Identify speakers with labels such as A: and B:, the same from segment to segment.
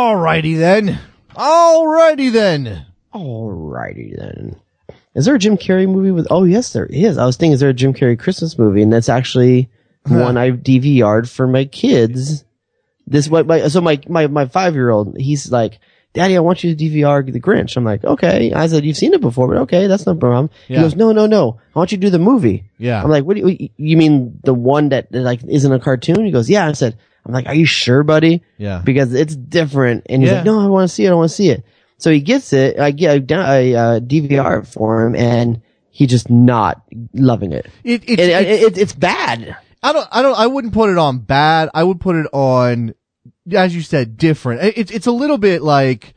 A: Alrighty then. Alrighty then.
B: Alrighty then. Is there a Jim Carrey movie with? Oh yes, there is. I was thinking, is there a Jim Carrey Christmas movie? And that's actually one I DVR'd for my kids. This what my so my my my five year old he's like, Daddy, I want you to DVR the Grinch. I'm like, okay. I said, you've seen it before, but okay, that's no problem.
A: Yeah.
B: He goes, no, no, no. I want you to do the movie.
A: Yeah.
B: I'm like, what do you, you mean the one that that, like isn't a cartoon? He goes, yeah. I said, I'm like, are you sure, buddy?
A: Yeah.
B: Because it's different. And he's
A: Yeah.
B: like, no, I want to see it. I want to see it. So he gets it. I get I down- I, uh, DVR it for him, and he just not loving it.
A: It,
B: It,
A: it's
B: it,
A: it's-
B: it- it's bad.
A: I don't, I don't, I wouldn't put it on bad. I would put it on, as you said, different. It- It's, it's a little bit like,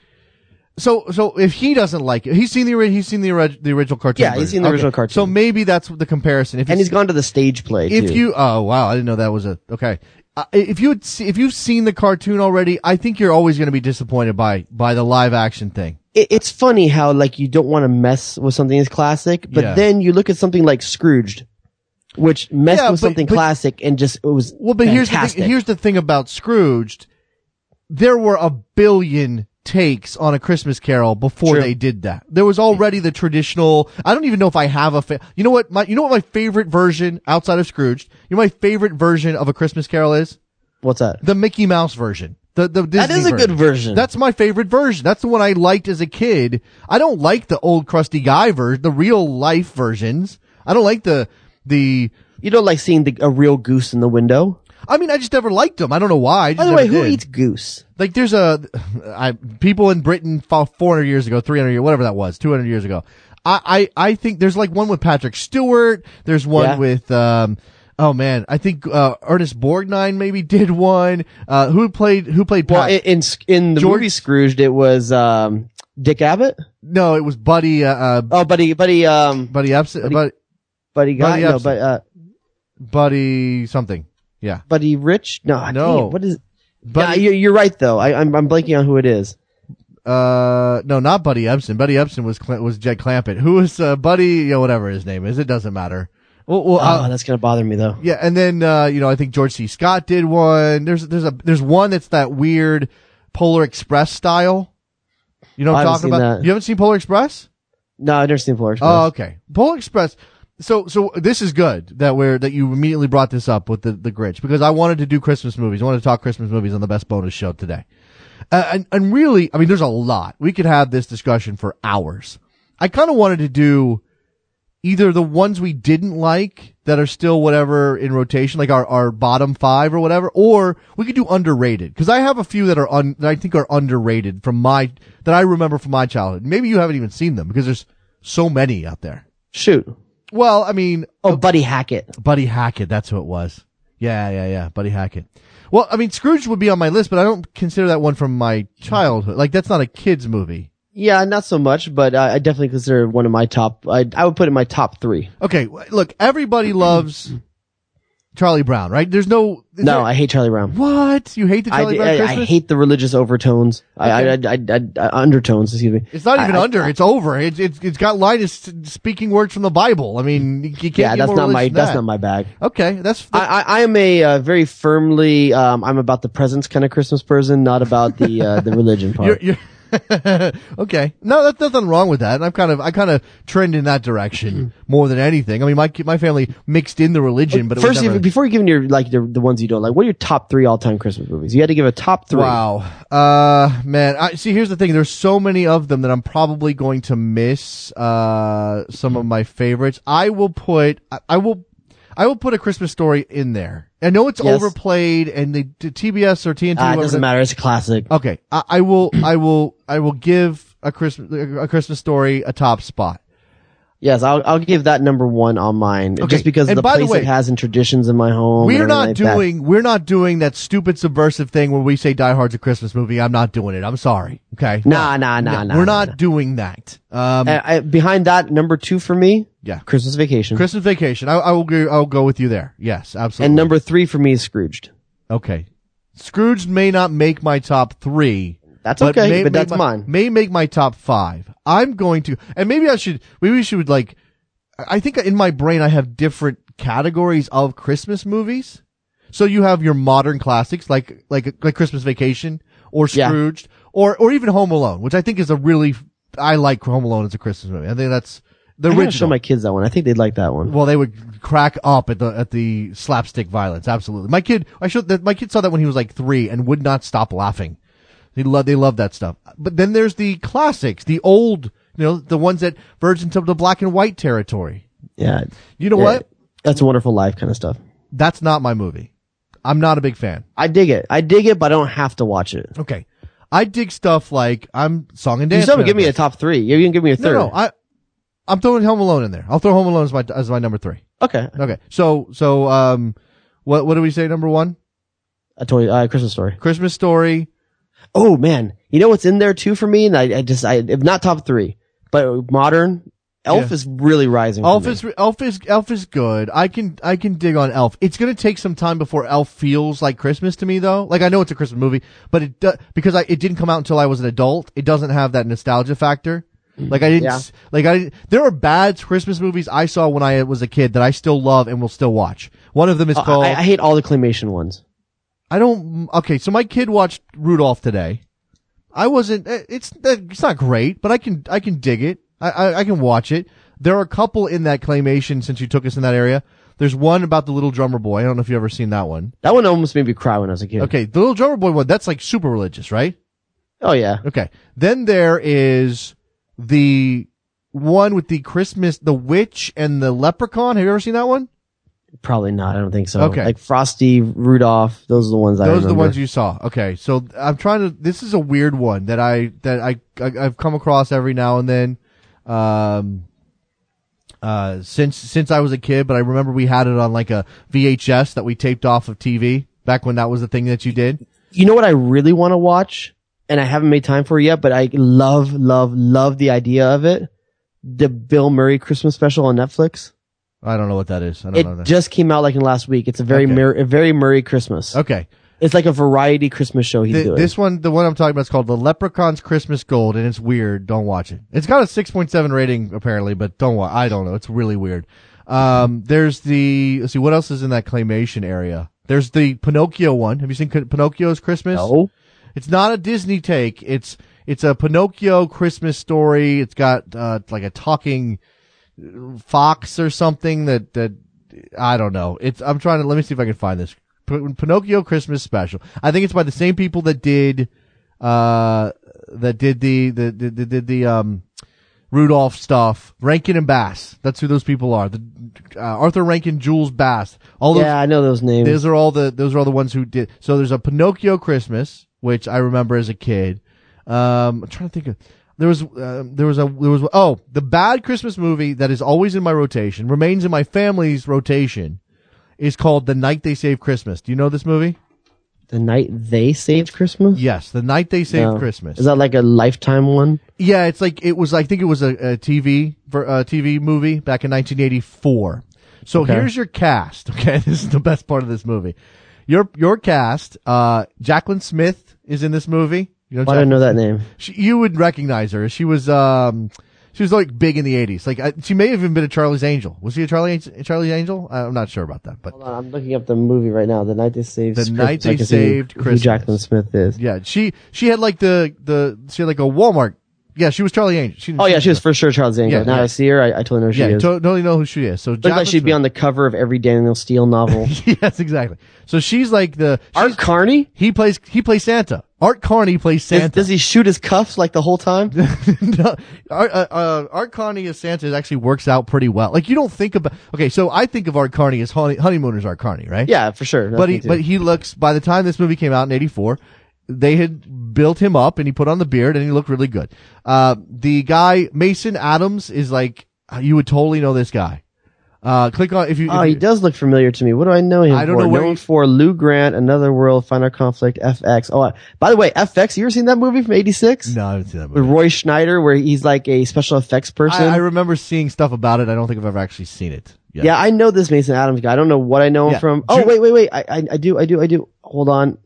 A: so, so if he doesn't like it, he's seen the, ori- he's seen the, orig- the original cartoon.
B: Yeah, he's
A: version.
B: seen the original cartoon.
A: So maybe that's the comparison. If
B: And
A: he's-
B: he's gone to the stage play.
A: if
B: too.
A: you, oh wow, I didn't know that was a, okay. Uh, if you, had se- if you've seen the cartoon already, I think you're always going to be disappointed by, by the live action thing.
B: it, it's funny how like you don't want to mess with something that's classic, but
A: Yeah.
B: then you look at something like Scrooged, which messed
A: Yeah,
B: with
A: but-
B: something
A: but-
B: classic and just it was
A: Well, but here's the,
B: fantastic.
A: thing, here's the thing about Scrooged. There were a billion takes on a Christmas Carol before
B: True.
A: they did that. There was already the traditional. I don't even know if I have a. Fa- you know what? My you know what my favorite version outside of Scrooged. You know what my favorite version of a Christmas Carol is
B: What's that?
A: the Mickey Mouse version. The the Disney
B: That is a good version.
A: That's my favorite version. That's the one I liked as a kid. I don't like the old crusty guy version, the real life versions. I don't like the the.
B: you don't like seeing the, a real goose in the window.
A: I mean, I just never liked them. I don't know why. I just
B: By the
A: never
B: way, who
A: did.
B: eats goose?
A: like there's a I, people in Britain fou- 400 years ago, 300 years, whatever that was, 200 years ago. I, I, I think there's like one with Patrick Stewart. There's one
B: Yeah.
A: with, um, oh man, I think, uh, Ernest Borgnine maybe did one. Uh, who played, who played
B: Well,
A: Pat?
B: in in, in the
A: George-
B: movie Scrooged, it was um, Dick Abbott.
A: no, it was Buddy, uh, uh
B: Oh, buddy, buddy, um,
A: Buddy Epson, Buddy,
B: buddy, guy,
A: Buddy
B: no,
A: Epson.
B: but uh,
A: Buddy something. Yeah.
B: buddy Rich. No, I
A: No.
B: can't- what is? But
A: Buddy,
B: you're, you're right though. I, I'm I'm blanking on who it is.
A: uh, no, not Buddy Epson. Buddy Epson was, Cl- was Jed Clampett. Who was, uh, Buddy, you know, whatever his name is. It doesn't matter. Well, well, uh,
B: Oh, that's gonna bother me though.
A: Yeah, and then uh, you know, I think George C. Scott did one. There's there's a there's one that's that weird Polar Express style. You know what I'm
B: I haven't
A: talking
B: seen
A: about?
B: that.
A: You haven't seen Polar Express?
B: No, I've never seen Polar Express.
A: Oh, okay. Polar Express. So so this is good that we're that you immediately brought this up with the the Grinch because I wanted to do Christmas movies. I wanted to talk Christmas movies on the best bonus show today. Uh, and and really, I mean, there's a lot we could have this discussion for hours. I kind of wanted to do either the ones we didn't like that are still whatever in rotation, like our our bottom five or whatever, or we could do underrated because I have a few that are un, that I think are underrated from my that I remember from my childhood. Maybe you haven't even seen them because there's so many out there.
B: Shoot.
A: Well, I mean,
B: Oh, Buddy Hackett.
A: Buddy Hackett, that's who it was. Yeah, yeah, yeah, Buddy Hackett. Well, I mean, Scrooge would be on my list, but I don't consider that one from my childhood. Like, that's not a kid's movie.
B: Yeah, not so much, but I, I definitely consider it one of my top. I, I would put it in my top three.
A: Okay, w- look, everybody loves Charlie Brown, right? There's no. is
B: No,
A: there-
B: I hate Charlie Brown.
A: what? You hate the
B: I,
A: Charlie Brown
B: I, I
A: Christmas?
B: hate the religious overtones. I, I, I, I, I- undertones. Excuse me.
A: it's not even
B: I- I-
A: under. it's over. It's, it's it's got Linus s- speaking words from the Bible. I mean, you can't.
B: Yeah,
A: get
B: that's
A: more
B: not my.
A: religious than
B: That's
A: that.
B: not my bag.
A: Okay, that's
B: I, I, I am a uh, very firmly. Um, I'm about the presents kind of Christmas person, not about the uh, the religion
A: You're,
B: part.
A: you're okay. No, that's nothing wrong with that. And I'm kind of, I kind of trend in that
B: Mm-hmm.
A: direction more than anything. I mean, my ki- my family mixed in the religion, but it
B: First,
A: was never,
B: if, before you give me your like the, the ones you don't like, what are your top three all time Christmas movies? You had to give a top three.
A: wow, uh, man. I see. Here's the thing. There's so many of them that I'm probably going to miss. Uh, some of my favorites. I will put. I, I will. I will put a Christmas story in there. I know it's
B: Yes.
A: overplayed, and the, the TBS or TNT.
B: Uh, it
A: whatever
B: doesn't
A: the-
B: matter. It's a classic.
A: Okay, I, I will, I will, I will give a Christmas, a Christmas story a top spot.
B: Yes, I'll, I'll give that number one on mine,
A: Okay,
B: just because
A: and
B: of the
A: by the
B: place
A: way,
B: it has and traditions in my home.
A: We're
B: and
A: not
B: everything like that.
A: doing we're not doing that stupid subversive thing where we say Die Hard's a Christmas movie. I'm not doing it. I'm sorry. Okay.
B: Nah, nah, nah, nah.
A: we're
B: nah,
A: not doing that. Um,
B: nah. I, I, behind that, number two for me,
A: yeah.
B: Christmas Vacation,
A: Christmas Vacation. I, I will go. I'll go with you there. Yes, absolutely.
B: Mm-hmm. and number three for me is Scrooged.
A: okay. Scrooge may not make my top three.
B: That's okay, but that's
A: my,
B: mine.
A: May make my top five. I'm going to, and maybe I should. Maybe we should like. I think in my brain I have different categories of Christmas movies. So you have your modern classics like like like Christmas Vacation or
B: Yeah.
A: Scrooged or or even Home Alone, which I think is a really I like Home Alone as a Christmas movie. I think that's the
B: I'm gonna show
A: original.
B: my kids that one. I think they'd like that one.
A: well, they would crack up at the at the slapstick violence. Absolutely, my kid. I showed that my kid saw that when he was like three and would not stop laughing. They love they love that stuff. But then there's the classics, the old, you know, the ones that verge into the black and white territory.
B: Yeah.
A: You know
B: Yeah.
A: what?
B: That's a wonderful life kind of stuff.
A: That's not my movie. I'm not a big fan.
B: I dig it. I dig it, but I don't have to watch it.
A: Okay. I dig stuff like I'm song and
B: You
A: dance.
B: still haven't given me a
A: manager.
B: top three. You didn't give me a third.
A: No, no. I I'm throwing Home Alone in there. I'll throw Home Alone as my as my number three.
B: okay.
A: Okay. So so um, what what do we say? Number one,
B: A toy, uh, Christmas story.
A: Christmas Story.
B: Oh man. You know what's in there too for me? And I, I just, I, if not top three, but modern, Elf
A: Yeah.
B: is really rising. for
A: Elf
B: me.
A: is Elf is Elf is good. I can I can dig on Elf. It's gonna take some time before Elf feels like Christmas to me though. Like I know it's a Christmas movie, but it do, because I it didn't come out until I was an adult. It doesn't have that nostalgia factor. Like I didn't
B: Yeah.
A: s- like I didn't- there are bad Christmas movies I saw when I was a kid that I still love and will still watch. One of them is
B: Oh,
A: called
B: I, I hate all the claymation ones.
A: I don't. Okay, so my kid watched Rudolph today. I wasn't. eh, It's it's not great, but I can I can dig it. I I, I can watch it. There are a couple in that claymation since you took us in that area. There's one about the little drummer boy. I don't know if you've ever seen that one.
B: That one almost made me cry when I was a kid.
A: Okay, the little drummer boy one. That's like super religious, right?
B: Oh yeah.
A: Okay. Then there is the one with the Christmas, the witch and the leprechaun. Have you ever seen that one?
B: Probably not. I don't think so.
A: Okay.
B: Like Frosty, Rudolph, those are the ones I
A: Those are the
B: remember.
A: ones you saw. Okay, so I'm trying to. This is a weird one that I that I, I I've come across every now and then, um, uh, since since I was a kid. But I remember we had it on like a VHS that we taped off of TV back when that was the thing that you did.
B: You know what I really want to watch, and I haven't made time for it yet, but I love, love, love the idea of it. The Bill Murray Christmas special on Netflix.
A: I don't know what that is. I don't
B: It
A: know that.
B: just came out like in last week. It's a very
A: Okay.
B: Mur- a very Murray Christmas.
A: okay,
B: It's like a variety Christmas show he's
A: Th-
B: doing.
A: this one, the one I'm talking about, is called "The Leprechaun's Christmas Gold," and it's weird. Don't watch it. It's got a 6.7 rating apparently, but don't watch. I don't know. It's really weird. Um, there's the let's see what else is in that claymation area. There's the Pinocchio one. Have you seen K- Pinocchio's Christmas?
B: no.
A: It's not a Disney take. It's it's a Pinocchio Christmas story. It's got uh, like a talking fox or something that that I don't know. It's I'm trying to let me see if I can find this P- Pinocchio Christmas special. I think it's by the same people that did uh that did the the the, the, did the um Rudolph stuff. Rankin and Bass. That's who those people are. The uh, Arthur Rankin, Jules Bass. All those
B: Yeah, I know those names.
A: those are all the those are all the ones who did. So there's a Pinocchio Christmas, which I remember as a kid. Um, I'm trying to think of there was uh, there was a there was oh the bad Christmas movie that is always in my rotation remains in my family's rotation is called The Night They Saved Christmas. Do you know this movie?
B: the night they saved Christmas.
A: Yes, The Night They Saved
B: No.
A: Christmas.
B: Is that like a lifetime one?
A: Yeah, it's like it was. I think it was a, a TV for a TV movie back in 1984. So
B: Okay.
A: here's your cast. Okay, this is the best part of this movie. Your your cast. Uh, Jacqueline Smith is in this movie. You know,
B: Why do I
A: Jack-
B: know that name?
A: she, you would recognize her. She was um, she was like big in the 80s. Like I, she may have even been a Charlie's Angel. Was he a Charlie Charlie's Angel? I'm not sure about that, but
B: Hold on, I'm looking up the movie right now. The night they saved.
A: The
B: Christ-
A: Night
B: so I
A: They
B: can see
A: Saved
B: who
A: Christmas.
B: Jacqueline Smith is.
A: yeah, she she had like the the she had like a Walmart. Yeah, she was Charlie Angel. She,
B: Oh yeah, she was for sure Charles Angel.
A: Yeah,
B: now
A: yeah.
B: I see her. I, I totally know who she
A: Yeah, you
B: is.
A: to- totally know who she is. So
B: Looks like she'd
A: Smith.
B: be on the cover of every Daniel Steele novel.
A: yes, exactly. So she's like the
B: Art Carney?
A: he plays he plays Santa. Art Carney plays
B: Does-
A: Santa.
B: Does he shoot his cuffs like the whole time?
A: No, Art, uh, uh, Art Carney as Santa actually works out pretty well. Like you don't think about okay, so I think of Art Carney as honey, honeymooners Art Carney, right?
B: yeah, for sure. That's
A: but
B: me
A: he
B: too.
A: but he looks by the time this movie came out in 84 they had built him up and he put on the beard and he looked really good uh the guy mason adams is like you would totally know this guy uh click on if you
B: oh,
A: if
B: he
A: you,
B: does look familiar to me. What do I know him
A: I don't
B: for?
A: know where
B: Known
A: he-
B: for Lou Grant, Another World, Final Conflict, FX. Oh, I- by the way, FX. You ever seen that movie from '86
A: no i haven't seen that movie
B: with Roy Schneider, where he's like a special effects person?
A: I, I remember seeing stuff about it. I don't think I've ever actually seen it. Yet.
B: Yeah, I know this Mason Adams guy. I don't know what I know him
A: Yeah.
B: from. Oh,
A: Ju-
B: wait, wait, wait. I, I, I do, I do, I do. Hold on.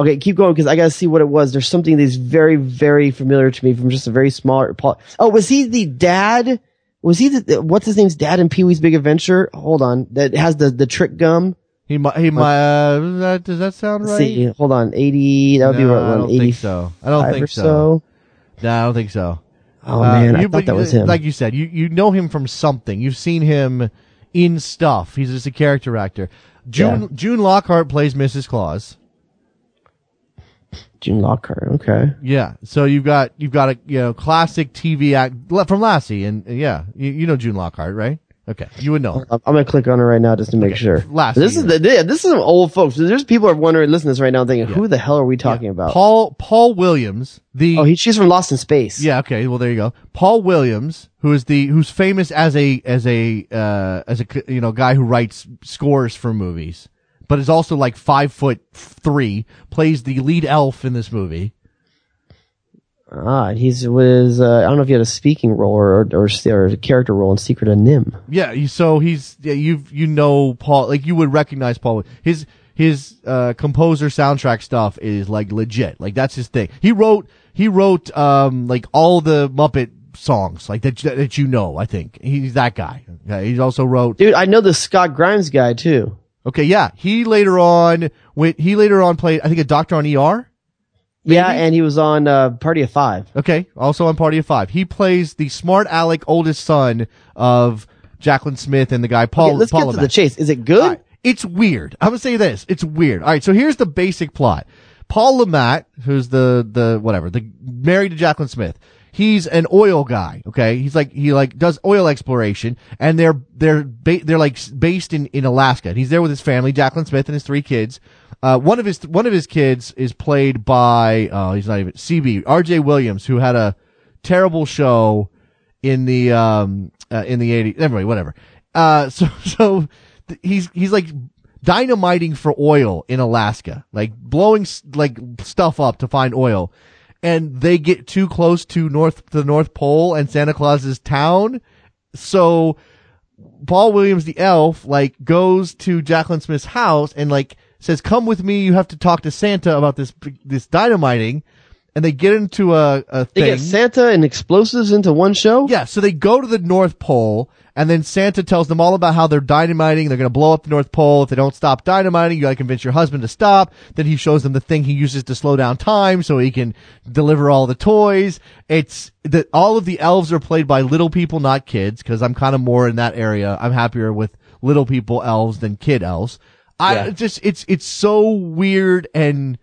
B: Okay, keep going because I gotta see what it was. There's something that's very, very familiar to me from just a very small. Paul. Oh, was he the dad? Was he the what's his name's dad in Pee Wee's Big Adventure? Hold on, that has the the trick gum
A: He might. He might. Uh, does that- does that sound right?
B: See, hold on, eighty. That would be
A: No,
B: what
A: I
B: one
A: don't think
B: eighty
A: so. I don't think
B: or
A: so.
B: so.
A: No, I don't think so.
B: Oh
A: Uh,
B: man, I
A: you-
B: thought
A: but
B: that
A: you-
B: was him.
A: Like you said, you, you know him from something. You've seen him in stuff. He's just a character actor. June
B: Yeah.
A: June Lockhart plays Mrs. Claus.
B: June Lockhart. Okay.
A: Yeah, so you've got you've got a you know classic TV act le- from Lassie, and, and yeah, you, you know June Lockhart, right? Okay, you would know her.
B: I'm I'm gonna click on it right now just to make sure.
A: Last
B: this is
A: year.
B: the yeah, this is some old folks. There's people who are wondering, listening to this right now, thinking, who the hell are we talking about?
A: Paul Paul Williams. The
B: oh, he, she's from Lost in Space.
A: Yeah, okay. Well, there you go. Paul Williams, who is the who's famous as a as a uh as a c- you know guy who writes scores for movies, but is also like five foot three, plays the lead elf in this movie.
B: Ah, and he's was uh, I don't know if he had a speaking role or or, or a character role in Secret of Nim.
A: Yeah, he- so he's yeah, you you know Paul like you would recognize Paul. His his uh composer soundtrack stuff is like legit. Like that's his thing. He wrote he wrote um like all the Muppet songs like that that you know. I think he's that guy. Yeah, he also wrote
B: Dude, I know the Scott Grimes guy too.
A: Okay, yeah. He later on went he later on played I think a doctor on ER.
B: Yeah, and he was on uh, Party of Five.
A: Okay, also on Party of Five. He plays the smart Alec oldest son of Jacqueline Smith and the guy Paul.
B: Okay, let's
A: Paul
B: get to the
A: Levesque.
B: chase. Is it good?
A: All right, It's weird. I'm gonna say this. It's weird. All right, so here's the basic plot. Paul Lamatt, who's the the whatever, the married to Jacqueline Smith. He's an oil guy. Okay, he's like he like does oil exploration, and they're they're ba- they're like s- based in in Alaska. And he's there with his family, Jacqueline Smith and his three kids. Uh, one of his one of his kids is played by oh he's not even CB R.J. Williams, who had a terrible show in the um uh, in the 80s anyway whatever uh so so th- he's he's like dynamiting for oil in Alaska like blowing s- like stuff up to find oil and they get too close to north to the north pole and Santa Claus's town so Paul Williams the elf like goes to Jacqueline Smith's house and like says, "Come with me. You have to talk to Santa about this this dynamiting." And they get into a, a
B: They
A: thing.
B: get Santa and explosives into one show.
A: Yeah, so they go to the North Pole, and then Santa tells them all about how they're dynamiting. They're going to blow up the North Pole. If they don't stop dynamiting, you got to convince your husband to stop. Then he shows them the thing he uses to slow down time so he can deliver all the toys. It's that all of the elves are played by little people, not kids, because I'm kind of more in that area. I'm happier with little people elves than kid elves. I
B: Yeah.
A: just, it's, it's so weird and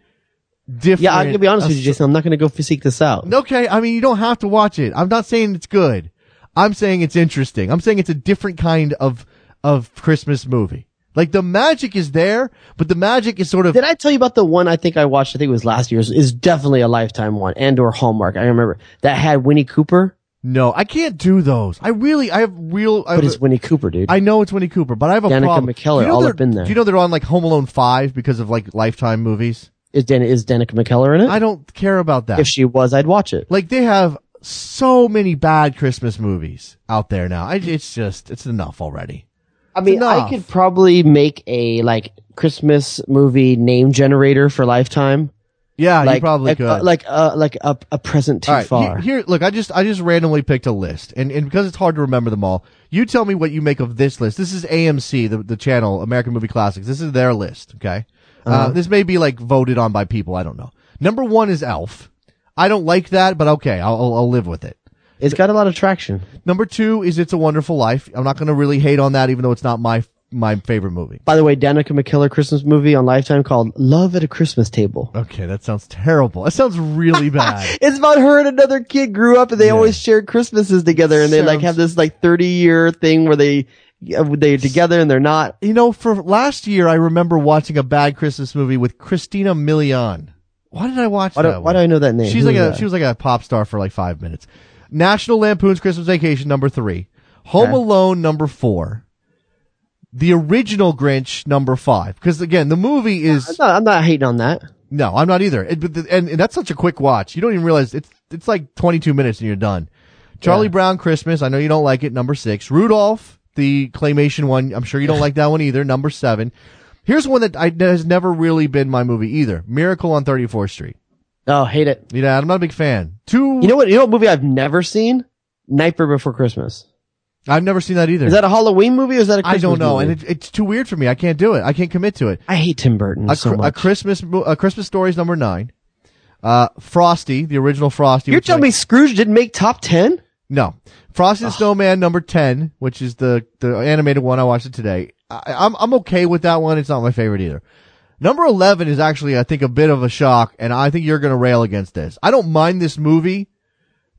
A: different.
B: yeah. I'm gonna be honest with you,
A: Aside-
B: Jason. I'm not gonna go seek this out.
A: Okay, I mean, you don't have to watch it. I'm not saying it's good. I'm saying it's interesting. I'm saying it's a different kind of of Christmas movie. Like the magic is there, but the magic is sort of
B: Did I tell you about the one I think I watched? I think it was last year's. Is definitely a lifetime one and or Hallmark. I remember that had Winnie Cooper,
A: no. I can't do those. I really, I have real. I,
B: but
A: have-
B: it's Winnie Cooper, dude.
A: I know it's Winnie Cooper, but I have a
B: Danica
A: problem.
B: McKellar,
A: Do you know
B: all
A: they're-
B: up in there.
A: Do you know they're on like Home Alone five because of like Lifetime movies?
B: is Dan is Danica McKellar in it?
A: I don't care about that.
B: if she was, I'd watch it.
A: like they have so many bad Christmas movies out there now. I, it's just it's enough already.
B: I mean,
A: enough.
B: I could probably make a like Christmas movie name generator for Lifetime.
A: Yeah,
B: Like
A: you probably
B: like,
A: could.
B: uh, like uh, like a, a present too
A: All right,
B: far.
A: he- here, look, I just I just randomly picked a list, and, and because it's hard to remember them all, you tell me what you make of this list. This is AMC, the the channel American Movie Classics. This is their list. Okay, uh
B: Uh-huh.
A: this may be like voted on by people. I don't know. Number one is Elf. I don't like that, but okay, I'll I'll, I'll live with it.
B: it's got a lot of traction.
A: Number two is It's a Wonderful Life. I'm not going to really hate on that, even though it's not my my favorite movie.
B: By the way, Danica McKellar Christmas movie on Lifetime called Love at a Christmas Table.
A: Okay, that sounds terrible. That sounds really bad.
B: It's about her and another kid grew up and they
A: Yeah.
B: always shared Christmases together and they like
A: Sounds-
B: have this like 30 year thing where they, yeah, they're together and they're not.
A: You know, for last year, I remember watching a bad Christmas movie with Christina Milian. Why did I watch
B: Why do,
A: that?
B: why
A: one?
B: do I know that name?
A: She's
B: Who
A: like
B: is
A: a
B: that?
A: she was like a pop star for like five minutes. National Lampoon's Christmas Vacation number three, Home
B: Okay.
A: Alone number four, the original Grinch number five. Because again, the movie
B: I'm
A: is
B: not, I'm not hating on that.
A: no, I'm not either. It, but the, and, and that's such a quick watch. You don't even realize it's it's like 22 minutes and you're done. Charlie Brown Christmas. I know you don't like it. Number six, Rudolph, the claymation one. I'm sure you don't like that one either. Number seven. Here's one that I, that has never really been my movie either. Miracle on 34th Street.
B: Oh, hate it.
A: You know, I'm not a big fan. Two.
B: You know what? You know what movie I've never seen? Nightmare Before Christmas.
A: I've never seen that either.
B: Is that a Halloween movie or is that a
A: I
B: Christmas
A: don't know,
B: movie?
A: and it, it's too weird for me. I can't do it. I can't commit to it.
B: I hate Tim Burton
A: A,
B: so
A: Cr- a
B: much.
A: Christmas, mo- a Christmas story is number nine. Uh, Frosty, the original Frosty.
B: You're
A: which is
B: telling
A: like-
B: me Scrooge didn't make top 10?
A: No. Frosty the Snowman number 10, which is the, the animated one I watched it today. I, I'm, I'm okay with that one. It's not my favorite either. Number 11 is actually, I think, a bit of a shock, and I think you're gonna rail against this. I don't mind this movie,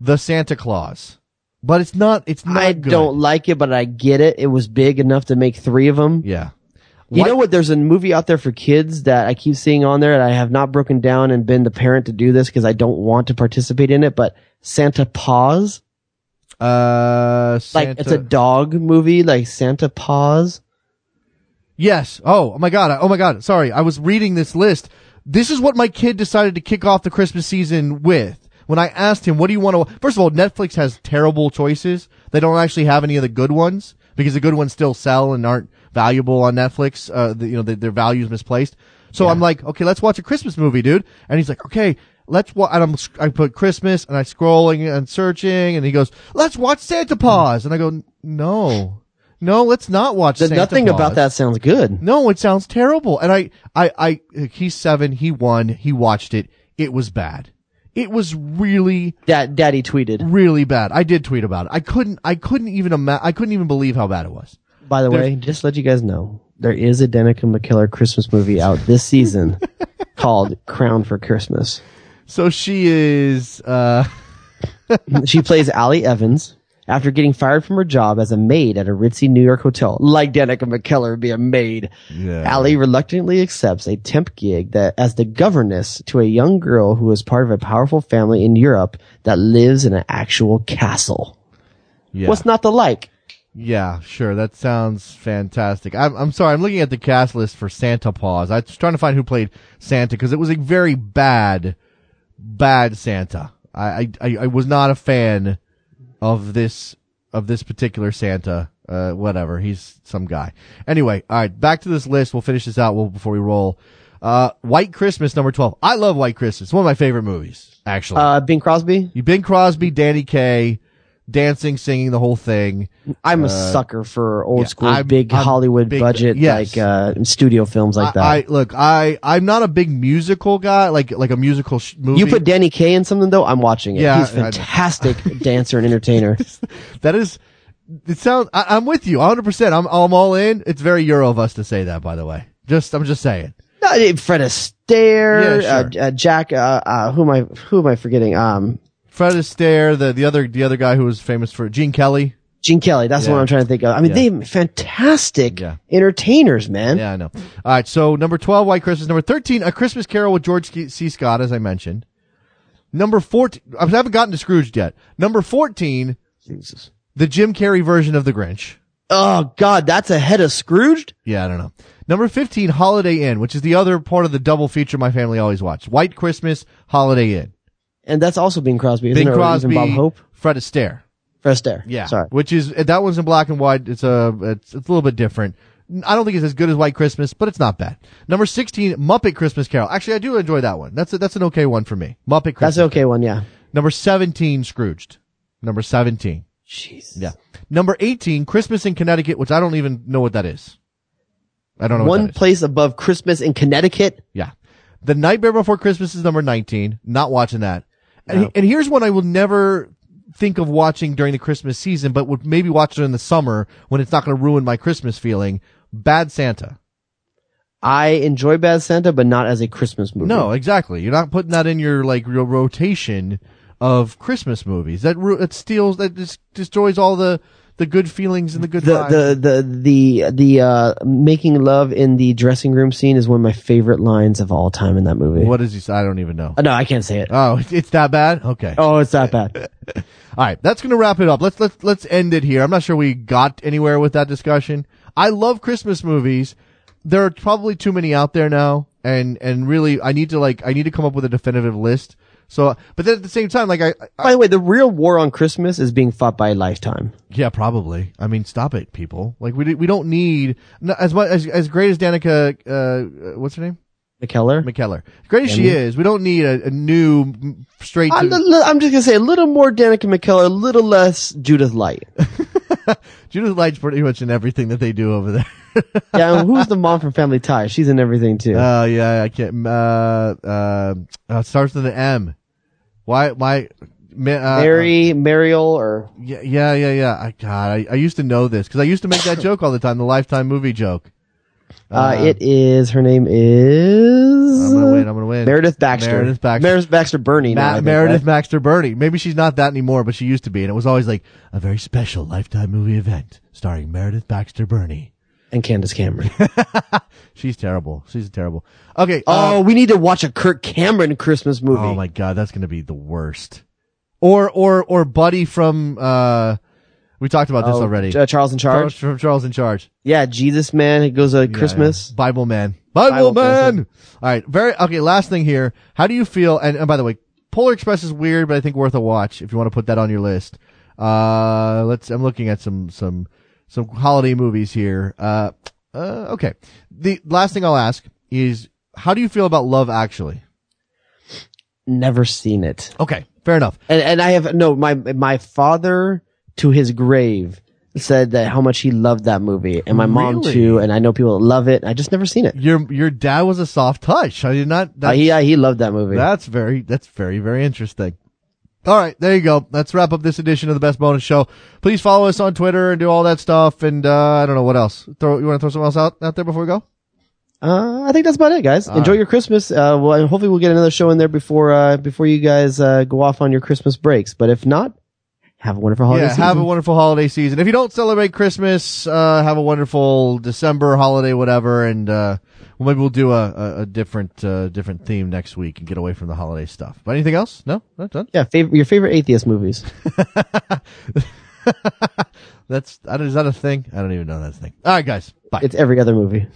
A: The Santa Claus, but it's not, it's not
B: I
A: good.
B: don't like it, but I get it. It was big enough to make three of them.
A: Yeah.
B: You
A: Why-
B: know what? There's a movie out there for kids that I keep seeing on there, and I have not broken down and been the parent to do this because I don't want to participate in it. But Santa Paws,
A: Uh,
B: like
A: Santa.
B: it's a dog movie, like Santa Paws.
A: yes. Oh, oh my god. I- Oh my god. Sorry. I was reading this list. This is what my kid decided to kick off the Christmas season with. When I asked him, what do you want to, first of all, Netflix has terrible choices. They don't actually have any of the good ones because the good ones still sell and aren't valuable on Netflix. Uh, the, you know, the, their value's misplaced. So I'm like, okay, let's watch a Christmas movie, dude. And he's like, okay, let's watch, and I'm, sc- I put Christmas and I scrolling and searching and he goes, let's watch Santa Paws. And I go, no, no, let's not watch
B: The,
A: Santa
B: nothing
A: Paws.
B: about that sounds good.
A: No, it sounds terrible. And I, I, I, he's seven. He won. He watched it. It was bad. It was really,
B: That Daddy tweeted.
A: really bad. I did tweet about it. I couldn't, I couldn't even ima- I couldn't even believe how bad it was.
B: By the way, just to let you guys know, there is a Danica McKellar Christmas movie out this season called Crown for Christmas.
A: So she is, uh,
B: she plays Allie Evans after getting fired from her job as a maid at a ritzy New York hotel. Like Danica McKellar would be a maid. Allie reluctantly accepts a temp gig that as the governess to a young girl who is part of a powerful family in Europe that lives in an actual castle.
A: yeah,
B: What's not the like?
A: yeah, sure. That sounds fantastic. I'm, I'm sorry. I'm looking at the cast list for Santa Paws. I was trying to find who played Santa because it was a very bad, bad Santa. I, I, I, I was not a fan of this of this particular Santa. Uh, whatever, he's some guy. Anyway, all right, back to this list. We'll finish this out well, before we roll. Uh, White Christmas number twelve. I love White Christmas. One of my favorite movies, actually.
B: Uh, Bing Crosby?
A: you Bing Crosby, Danny Kaye, dancing, singing, the whole thing.
B: I'm a sucker for
A: Uh,
B: old
A: yeah,
B: school,
A: I'm-
B: big
A: I'm
B: Hollywood
A: big-
B: budget,
A: yes.
B: like uh, studio films like that.
A: I, I look, I I'm not a big musical guy, like like a musical sh- movie.
B: you put Danny Kaye in something though, I'm watching it.
A: Yeah,
B: He's
A: I- I know.
B: a fantastic dancer and entertainer.
A: that is. It sounds. I, I'm with you 100. percent I'm I'm all in. It's very Euro of us to say that, by the way. Just I'm just saying.
B: No, I mean, Fred Astaire,
A: Yeah,
B: uh, uh, Jack. Uh, uh, who am I? Who am I forgetting? Um,
A: Fred Astaire, the the other the other guy who was famous for Gene Kelly.
B: Gene Kelly. That's
A: Yeah.
B: what I'm trying to think of. I mean,
A: Yeah.
B: they they fantastic
A: Yeah.
B: entertainers, man.
A: Yeah, I know. All right, so number twelve, White Christmas. Number thirteen, A Christmas Carol with George C. C. Scott, as I mentioned. Number fourteen, I haven't gotten to Scrooge yet. Number fourteen,
B: Jesus.
A: the Jim Carrey version of the Grinch.
B: Oh God, that's ahead of Scrooged.
A: Yeah, I don't know. Number 15, Holiday Inn, which is the other part of the double feature my family always watched. White Christmas, Holiday Inn.
B: And that's also Bing Crosby, isn't
A: Bing
B: it? Or even
A: Crosby,
B: Bob Hope,
A: Fred Astaire.
B: Fred Astaire.
A: Yeah.
B: sorry.
A: Which is, that one's in black and white. It's a, it's, it's a little bit different. I don't think it's as good as White Christmas, but it's not bad. Number 16, Muppet Christmas Carol. Actually, I do enjoy that one. That's a, that's an okay one for me. Muppet Christmas.
B: That's an okay one. Yeah.
A: Number 17, Scrooged. Number 17.
B: Jeez.
A: Yeah. Number 18, Christmas in Connecticut, which I don't even know what that is. I don't know what that
B: One
A: is.
B: place above Christmas in Connecticut.
A: Yeah. The Nightmare Before Christmas is number 19. Not watching that. And, and here's one I will never think of watching during the Christmas season, but would maybe watch it in the summer when it's not going to ruin my Christmas feeling. Bad Santa.
B: I enjoy Bad Santa, but not as a Christmas movie.
A: No, exactly. You're not putting that in your like real rotation of Christmas movies. That ru- it steals, that just destroys all the, the good feelings and the good vibes.
B: the the the the the uh, making love in the dressing room scene is one of my favorite lines of all time in that movie.
A: what is he? s- I don't even know.
B: Uh, No, I can't say it.
A: Oh, it's that bad? Okay.
B: Oh, it's that
A: uh,
B: bad.
A: All right, that's going to wrap it up. Let's let's let's end it here. I'm not sure we got anywhere with that discussion. I love Christmas movies. There are probably too many out there now, and and really, I need to like I need to come up with a definitive list. So, but then at the same time, like I, I
B: By the way, the real war on Christmas is being fought by Lifetime.
A: yeah, probably. I mean, stop it, people. Like we do- we don't need no- as much as as great as Danica. Uh, uh, what's her name?
B: McKellar.
A: McKellar. As great as she is, we don't need a, a new m- straight.
B: Uh, I'm,
A: to-
B: a li- I'm just gonna say a little more Danica McKellar, a little less Judith Light.
A: Judith Light's pretty much in everything that they do over there.
B: yeah, and who's the mom from Family Ties? She's in everything too.
A: Oh yeah, I can't. Uh, uh, uh, starts with an M. Why? Why? ma- Uh,
B: Mary, Mariel, or
A: Yeah, yeah, yeah, yeah. I, God, I, I used to know this because I used to make that joke all the time, the lifetime movie joke.
B: uh, it is her name is
A: I'm gonna win. I'm gonna win.
B: Meredith Baxter.
A: Uh, Meredith Baxter.
B: Meredith Baxter Bernie. now, I
A: Ma-
B: think,
A: Meredith
B: right?
A: Baxter Burney. Maybe she's not that anymore, but she used to be, and it was always like a very special lifetime movie event starring Meredith Baxter Burney.
B: and Candace Cameron.
A: She's terrible. She's terrible. Okay. uh,
B: oh, we need to watch a Kirk Cameron Christmas movie.
A: oh my God, that's gonna be the worst. Or or or Buddy from uh, we talked about this
B: Oh,
A: already.
B: Ch- uh, Charles in Charge.
A: Charles, from Charles in Charge.
B: Yeah, Jesus Man. It goes uh,
A: Yeah,
B: Christmas.
A: yeah. Bible man. Bible,
B: Bible
A: man.
B: person.
A: All right. Very okay. Last thing here. How do you feel? And, and by the way, Polar Express is weird, but I think worth a watch if you want to put that on your list. Uh, let's. I'm looking at some some some holiday movies here. Uh, uh, okay. The last thing I'll ask is how do you feel about Love Actually?
B: Never seen it.
A: Okay, fair enough.
B: And and I have no my my father to his grave said that how much he loved that movie, and my mom
A: Really?
B: too. And I know people that love it. I just never seen it.
A: Your your dad was a soft touch. I did not.
B: Uh,
A: That,
B: he yeah, he loved that movie.
A: That's very that's very very interesting. All right, there you go. Let's wrap up this edition of the Best Bonus Show. Please follow us on Twitter and do all that stuff. And uh, I don't know what else. Throw you want to throw something else out out there before we go?
B: Uh, I think that's about it, guys. Enjoy your Christmas. Uh, well, and hopefully we'll get another show in there before uh, before you guys uh, go off on your Christmas breaks. But if not, have a wonderful holiday.
A: yeah,
B: season.
A: have a wonderful holiday season. If you don't celebrate Christmas, uh, have a wonderful December holiday, whatever. And uh, well, maybe we'll do a, a, a different uh, different theme next week and get away from the holiday stuff. But anything else? No, not done.
B: yeah, fav- your favorite atheist movies.
A: That's I don't- is that a thing? I don't even know that's a thing. All right, guys. Bye.
B: it's every other movie.